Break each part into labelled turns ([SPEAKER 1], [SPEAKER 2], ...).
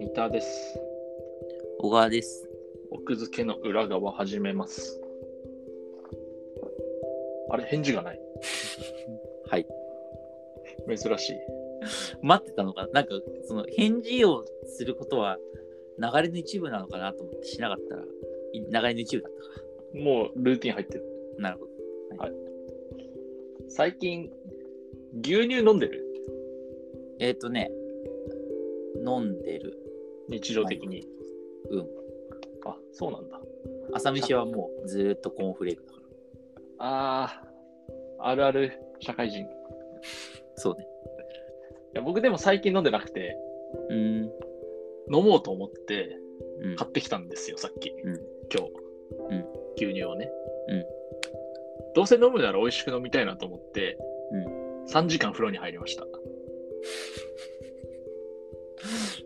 [SPEAKER 1] 三田です。
[SPEAKER 2] 小川です。
[SPEAKER 1] 奥付けの裏側始めます。あれ、返事がない。
[SPEAKER 2] はい。
[SPEAKER 1] 珍しい。
[SPEAKER 2] 待ってたのかななんか、その返事をすることは流れの一部なのかなと思ってしなかったら、い流れの一部だったか。
[SPEAKER 1] もうルーティン入ってる。
[SPEAKER 2] なるほど。
[SPEAKER 1] 最近、牛乳飲んでる
[SPEAKER 2] えっ、ー、とね、飲んでる。
[SPEAKER 1] 日常的に。
[SPEAKER 2] うん。
[SPEAKER 1] あ、そうなんだ。
[SPEAKER 2] 朝飯はもうずーっとコーンフレークだから。
[SPEAKER 1] あー、あるある社会人。い
[SPEAKER 2] そうね。
[SPEAKER 1] や僕でも最近飲んでなくて、
[SPEAKER 2] うーん。
[SPEAKER 1] 飲もうと思って
[SPEAKER 2] うん。
[SPEAKER 1] 買ってきたんですよ、さっき。
[SPEAKER 2] うん
[SPEAKER 1] 今日、
[SPEAKER 2] うん
[SPEAKER 1] 牛乳をね、
[SPEAKER 2] うん
[SPEAKER 1] どうせ飲むなら美味しく飲みたいなと思って、
[SPEAKER 2] う
[SPEAKER 1] 3時間風呂に入りました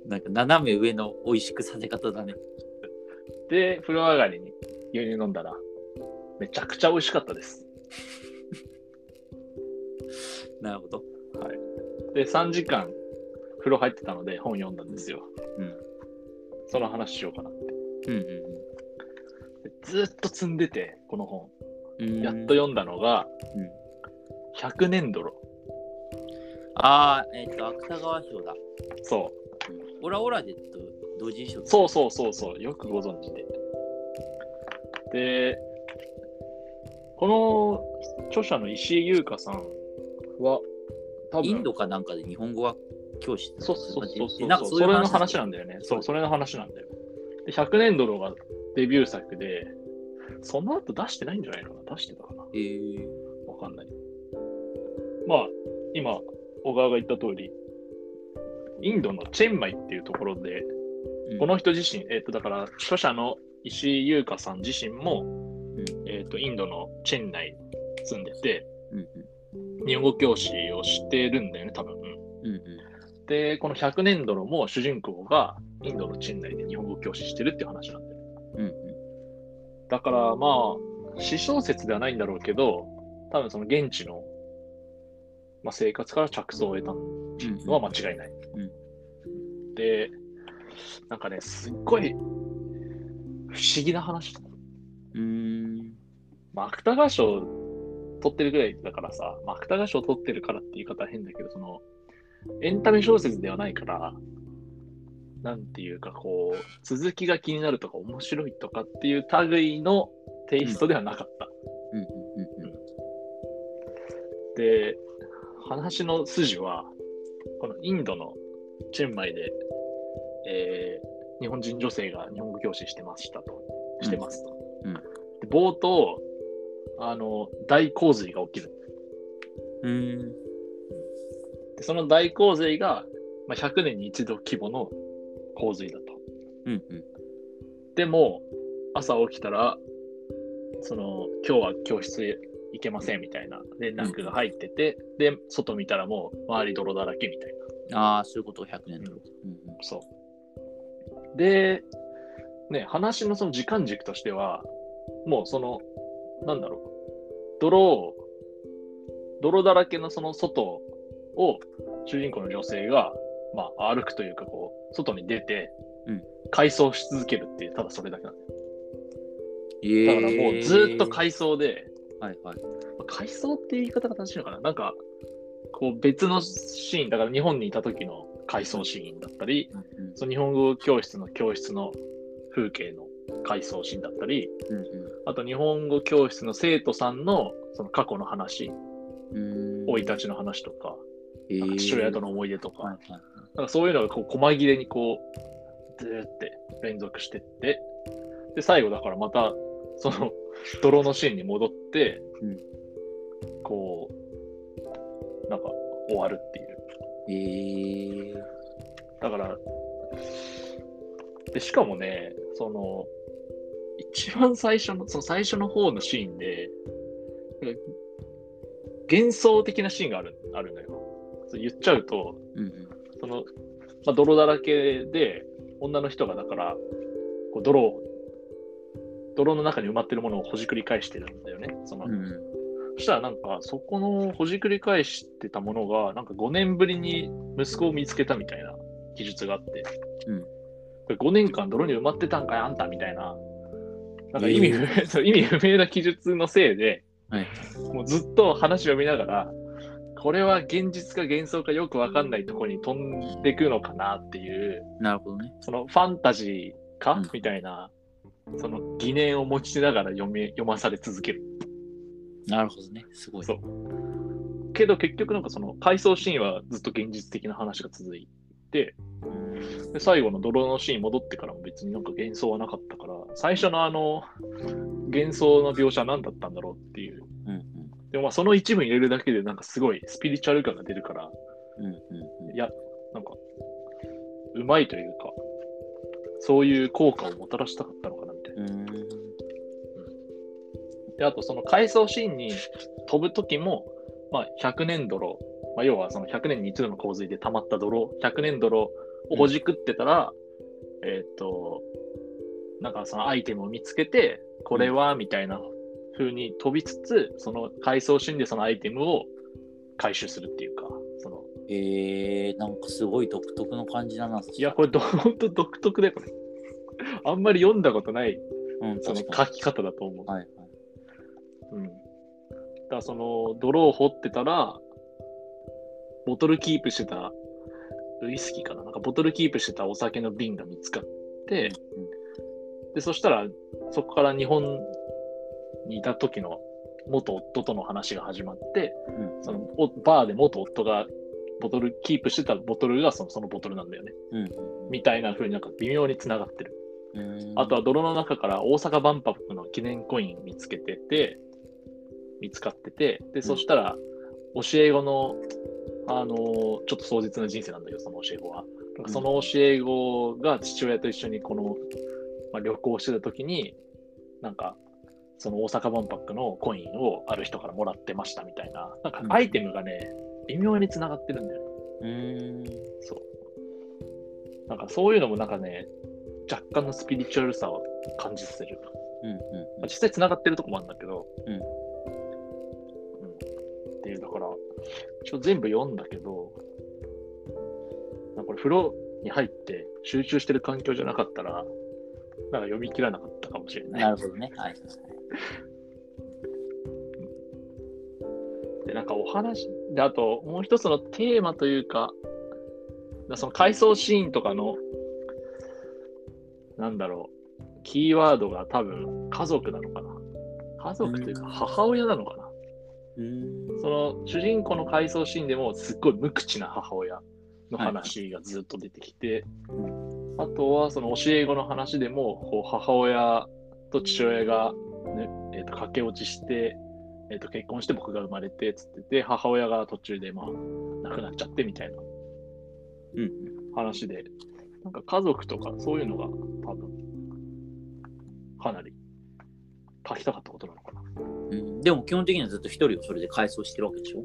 [SPEAKER 2] なんか斜め上の美味しくさせ方だね。
[SPEAKER 1] で風呂上がりに牛乳飲んだらめちゃくちゃ美味しかったです
[SPEAKER 2] なるほど。
[SPEAKER 1] で3時間風呂入ってたので本読んだんですよ、
[SPEAKER 2] うん
[SPEAKER 1] その話しようかなって
[SPEAKER 2] うん
[SPEAKER 1] でずっと積んでてこの本
[SPEAKER 2] うんうん。
[SPEAKER 1] やっと
[SPEAKER 2] よ。
[SPEAKER 1] 読んだのが
[SPEAKER 2] うん、
[SPEAKER 1] 「100年泥
[SPEAKER 2] ああ、えっ、と、芥川賞だ。」
[SPEAKER 1] そう
[SPEAKER 2] オラオラでと同時賞
[SPEAKER 1] そうそうそうそうよくご存知ででこの著者の石井優香さんは多分
[SPEAKER 2] インドかなんかで日本語学教師
[SPEAKER 1] そうそうそうそう。
[SPEAKER 2] な
[SPEAKER 1] そ
[SPEAKER 2] んか
[SPEAKER 1] れ
[SPEAKER 2] いう
[SPEAKER 1] の話なんだよね。そう、それの話なんだよ。で、100年泥がデビュー作で、その後出してないんじゃないかな出してたかな
[SPEAKER 2] えー、
[SPEAKER 1] わかんない。まあ、今、小川が言った通り、インドのチェンマイっていうところで、
[SPEAKER 2] うん
[SPEAKER 1] この人自身、えっ、と、だから、著者の石井優香さん自身も、
[SPEAKER 2] ん
[SPEAKER 1] えっ、と、インドのチェン内住んでて、
[SPEAKER 2] うんうん
[SPEAKER 1] 日本語教師をしてるんだよね、多分。うん
[SPEAKER 2] うん
[SPEAKER 1] で、この100年度のも主人公がインドのチェン内で日本語教師してるっていう話なんだよね。
[SPEAKER 2] うんうん
[SPEAKER 1] だからまあ、私小説ではないんだろうけど、多分その現地の、まあ、生活から着想を得た
[SPEAKER 2] うんうん
[SPEAKER 1] のは間違いない。で、なんかね、すっごい不思議な話だった。
[SPEAKER 2] うーん
[SPEAKER 1] まあ、芥川賞取ってるぐらいだからさ、まあ、芥川賞取ってるからって言い方は変だけど、その、エンタメ小説ではないから、なんていうか、こう、続きが気になるとか面白いとかっていう類のテイストではなかった。
[SPEAKER 2] うんうんうん
[SPEAKER 1] で、話の筋は、このインドのチェンマイで、えー日本人女性が日本語教師してましたと、してますと。
[SPEAKER 2] うん
[SPEAKER 1] で冒頭、あの、大洪水が起きる。
[SPEAKER 2] うんう
[SPEAKER 1] でその大洪水が、まあ、100年に一度規模の洪水だと。
[SPEAKER 2] ーんうんうん
[SPEAKER 1] でも、朝起きたら、その、今日は教室へ行けませんみたいな連絡が入ってて、で、外見たらもう周り泥だらけみたいな。
[SPEAKER 2] ああそういうことを100年と、
[SPEAKER 1] そう。で、ね、話のその時間軸としては、もうその、なんだろう、泥を、泥だらけのその外を、主人公の女性が、まあ、歩くというか、こう、外に出て
[SPEAKER 2] うん、
[SPEAKER 1] 改装し続けるっていう、ただそれだけなんだよ。
[SPEAKER 2] えー
[SPEAKER 1] だからもうずっと改装で、
[SPEAKER 2] はいはい
[SPEAKER 1] まあ改装って言い方が正しいのかななんか、こう別のシーン、だから日本にいた時の改装シーンだったり、
[SPEAKER 2] うん
[SPEAKER 1] その日本語教室の教室の風景の回想シーンだったり、
[SPEAKER 2] うん
[SPEAKER 1] あと日本語教室の生徒さんのその過去の話、
[SPEAKER 2] うんうん
[SPEAKER 1] 生い立ちの話とか、
[SPEAKER 2] え
[SPEAKER 1] なんか
[SPEAKER 2] ー
[SPEAKER 1] 父親との思い出とか、
[SPEAKER 2] はいはいはい
[SPEAKER 1] なんかそういうのがこう細切れにこう、ずーって連続してって、で、最後だからまた、その泥のシーンに戻って、
[SPEAKER 2] うん
[SPEAKER 1] こう、なんか終わるっていう。
[SPEAKER 2] えー
[SPEAKER 1] だから、で、しかもね、その、一番最初の、その最初の方のシーンで、なんか幻想的なシーンがある、あるのよ。そう言っちゃうと、
[SPEAKER 2] うんうん
[SPEAKER 1] その、まあ、泥だらけで、女の人がだから、こう泥を、泥の中に埋まってるものをほじくり返してるんだよね。その
[SPEAKER 2] うんうん
[SPEAKER 1] そしたらなんか、そこのほじくり返してたものが、なんか5年ぶりに息子を見つけたみたいな記述があって、
[SPEAKER 2] うん
[SPEAKER 1] これ5年間泥に埋まってたんかい、あんたみたいな、なんか意味不明、 そう意味不明な記述のせいで、
[SPEAKER 2] はい
[SPEAKER 1] もうずっと話を見ながら、これは現実か幻想かよくわかんないとこに飛んでくのかなっていう、
[SPEAKER 2] なるほどね。
[SPEAKER 1] そのファンタジーか、
[SPEAKER 2] うん
[SPEAKER 1] みたいな、その疑念を持ちながら読み読まされ続ける。
[SPEAKER 2] なるほどね。すごい。
[SPEAKER 1] そうけど結局なんかその回想シーンはずっと現実的な話が続いてで最後の泥のシーン戻ってからも別になんか幻想はなかったから最初のあの幻想の描写は何だったんだろうっていう
[SPEAKER 2] うん
[SPEAKER 1] でもまあその一部入れるだけでなんかすごいスピリチュアル感が出るから
[SPEAKER 2] うんうんうんうん
[SPEAKER 1] いやなんかうまいというかそういう効果をもたらしたかったのかなみたいな。
[SPEAKER 2] うーん。
[SPEAKER 1] で、あとその回想シーンに飛ぶ時も、まあ、100年泥、まあ、要はその100年に一度の洪水で溜まった泥、100年泥をほじくってたら、えーっと、なんかそのアイテムを見つけて、これはみたいな風に飛びつつ、その回想シーンでそのアイテムを回収するっていうか、その
[SPEAKER 2] えー、なんかすごい独特の感じだな。
[SPEAKER 1] いや、これど、 本当独特だよ、これ。あんまり読んだことない
[SPEAKER 2] うん、
[SPEAKER 1] その
[SPEAKER 2] 確か
[SPEAKER 1] 書き方だと思う
[SPEAKER 2] に。。はいはい。
[SPEAKER 1] うん。だからその泥を掘ってたら、ボトルキープしてた、ウイスキーかななんかボトルキープしてたお酒の瓶が見つかって、で、そしたら、そこから日本にいた時の元夫との話が始まって、
[SPEAKER 2] うん
[SPEAKER 1] そのおバーで元夫がボトルキープしてたボトルがそのそのボトルなんだよね。
[SPEAKER 2] うん
[SPEAKER 1] みたいな風になんか微妙に繋がってる。
[SPEAKER 2] うんうん。
[SPEAKER 1] あとは泥の中から大阪万博の記念コイン見つけてて、見つかってて、で、そしたら、教え子の、あのーちょっと壮絶な人生なんだけど、その教え子は。なんかその教え子が父親と一緒にこの、まあ、旅行してた時に、なんか、その大阪万博のコインをある人からもらってましたみたいな、なんかアイテムがね、微妙に繋がってるんだよね。
[SPEAKER 2] うーん。
[SPEAKER 1] そう。なんかそういうのもなんかね、若干のスピリチュアルさを感じさせる。
[SPEAKER 2] うんうん
[SPEAKER 1] まあ、実際繋がってるとこもあるんだけど。
[SPEAKER 2] うん
[SPEAKER 1] うん。っていう、だから、一応全部読んだけど、なんかこれ風呂に入って集中してる環境じゃなかったら、なんか読み切らなかったかもしれ
[SPEAKER 2] うん。
[SPEAKER 1] ない。
[SPEAKER 2] なるほどね。はい。
[SPEAKER 1] で、なんかお話、で、あと、もう一つのテーマというか、だその回想シーンとかの、なんだろう、キーワードが多分、家族なのかな。家族というか、母親なのかな。
[SPEAKER 2] うん。
[SPEAKER 1] その、主人公の回想シーンでも、すっごい無口な母親の話がずっと出てきて、あとは、その教え子の話でも、こう母親と父親が、ねえーと駆け落ちして、えーと結婚して僕が生まれてつってて母親が途中でまあ亡くなっちゃってみたいな
[SPEAKER 2] うん。
[SPEAKER 1] 話でなんか家族とかそういうのが多分かなり書きたかったことなのかな
[SPEAKER 2] うんでも基本的にはずっと一人をそれで回想してるわけでしょ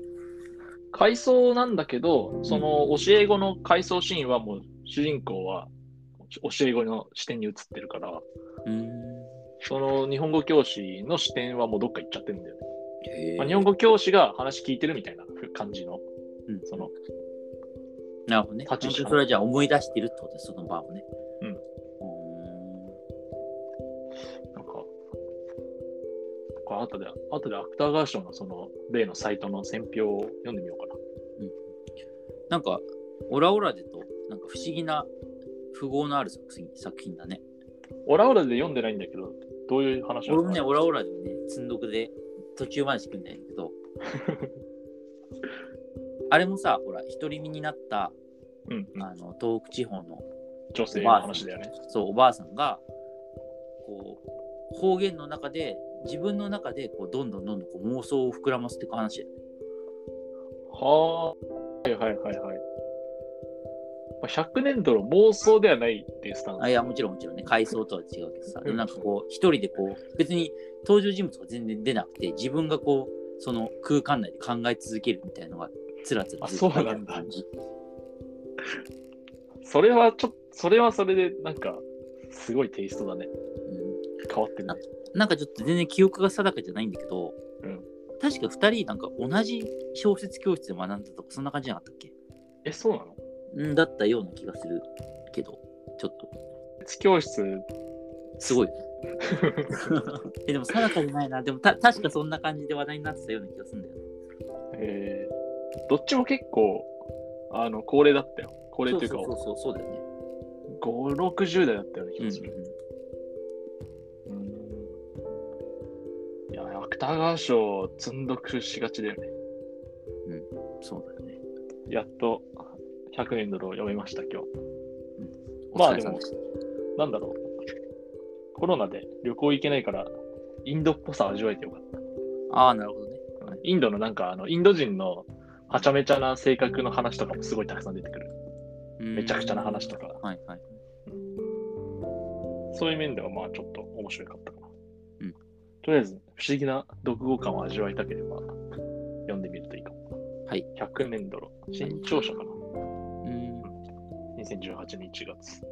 [SPEAKER 1] 回想なんだけどその教え子の回想シーンはもう主人公は教え子の視点に移ってるから
[SPEAKER 2] うん。
[SPEAKER 1] その日本語教師の視点はもうどっか行っちゃってるんだよね
[SPEAKER 2] へえ
[SPEAKER 1] まあ、日本語教師が話聞いてるみたいな感じの、
[SPEAKER 2] うん
[SPEAKER 1] その、
[SPEAKER 2] なるほどね。
[SPEAKER 1] 立ち位
[SPEAKER 2] 本
[SPEAKER 1] 置
[SPEAKER 2] 当にそれはじゃあ思い出してるってことです、その場をね。
[SPEAKER 1] うん
[SPEAKER 2] う
[SPEAKER 1] なんか、これ後で、後で芥川賞のその、例のサイトの選評を読んでみようか
[SPEAKER 2] ーん。なんか、オラオラでと、なんか不思議な符号のある作品作品だね。
[SPEAKER 1] な。オラオラで読んでないんだけど、どういう話なの
[SPEAKER 2] 俺も
[SPEAKER 1] か
[SPEAKER 2] ね、
[SPEAKER 1] な
[SPEAKER 2] オラオラでね、積んどくで途中までしかんだけど、あれもさ、ほら、独り身になった
[SPEAKER 1] うん、うん
[SPEAKER 2] あの東北地方の
[SPEAKER 1] 女性の話だよね。
[SPEAKER 2] そうおばあさんがこう方言の中で自分の中でこうどんどんどんどんこう妄想を膨らませていく話
[SPEAKER 1] はあ、はいはいはいはい。まあ、100年度の妄想ではないっていうスタン
[SPEAKER 2] あ
[SPEAKER 1] ス。
[SPEAKER 2] いやもちろんもちろんね回想とは違うけどさ、
[SPEAKER 1] ん
[SPEAKER 2] でもなんかこう一人でこう別に登場人物が全然出なくて自分がこうその空間内で考え続けるみたいなのがつらつら
[SPEAKER 1] あそうなんだ
[SPEAKER 2] 感じ
[SPEAKER 1] それはちょっと、それはそれで、なんか、すごいテイストだね。
[SPEAKER 2] うん
[SPEAKER 1] 変わってるね。
[SPEAKER 2] なんかちょっと全然記憶が定かじゃないんだけど、
[SPEAKER 1] うん
[SPEAKER 2] 確か2人なんか同じ小説教室で学んだとかそんな感じじゃなかったっけ
[SPEAKER 1] え、そうなの
[SPEAKER 2] うんだったような気がするけどちょっと
[SPEAKER 1] 教室、
[SPEAKER 2] すごい よね えでも定かじゃないなでもた確かそんな感じで話題になってたような気がするんだよね
[SPEAKER 1] えー、どっちも結構、あの、高齢だったよ。高齢というか、
[SPEAKER 2] そうそうそうそうだよね
[SPEAKER 1] 5、60代だったような気
[SPEAKER 2] うん
[SPEAKER 1] がする。うんいや、芥川賞、積んどくしがちだよね。
[SPEAKER 2] うんそうだよね
[SPEAKER 1] やっと、100円ドルを読みました、今日。
[SPEAKER 2] お
[SPEAKER 1] まあ
[SPEAKER 2] 疲れ様した
[SPEAKER 1] なんだろう。コロナで旅行行けないから、インドっぽさ味わえてよかった。
[SPEAKER 2] ああなるほどね
[SPEAKER 1] インドのなんか、あの、インド人のはちゃめちゃな性格の話とかもすごいたくさん出てくる。
[SPEAKER 2] うん
[SPEAKER 1] めちゃくちゃな話とか。
[SPEAKER 2] はいはい
[SPEAKER 1] そういう面では、まあ、ちょっと面白かったかな。
[SPEAKER 2] うん
[SPEAKER 1] とりあえず、不思議な読後感を味わいたければ、読んでみるといいかも。
[SPEAKER 2] はい。
[SPEAKER 1] 100年ドル新潮社かな。
[SPEAKER 2] うん
[SPEAKER 1] 2018年1月。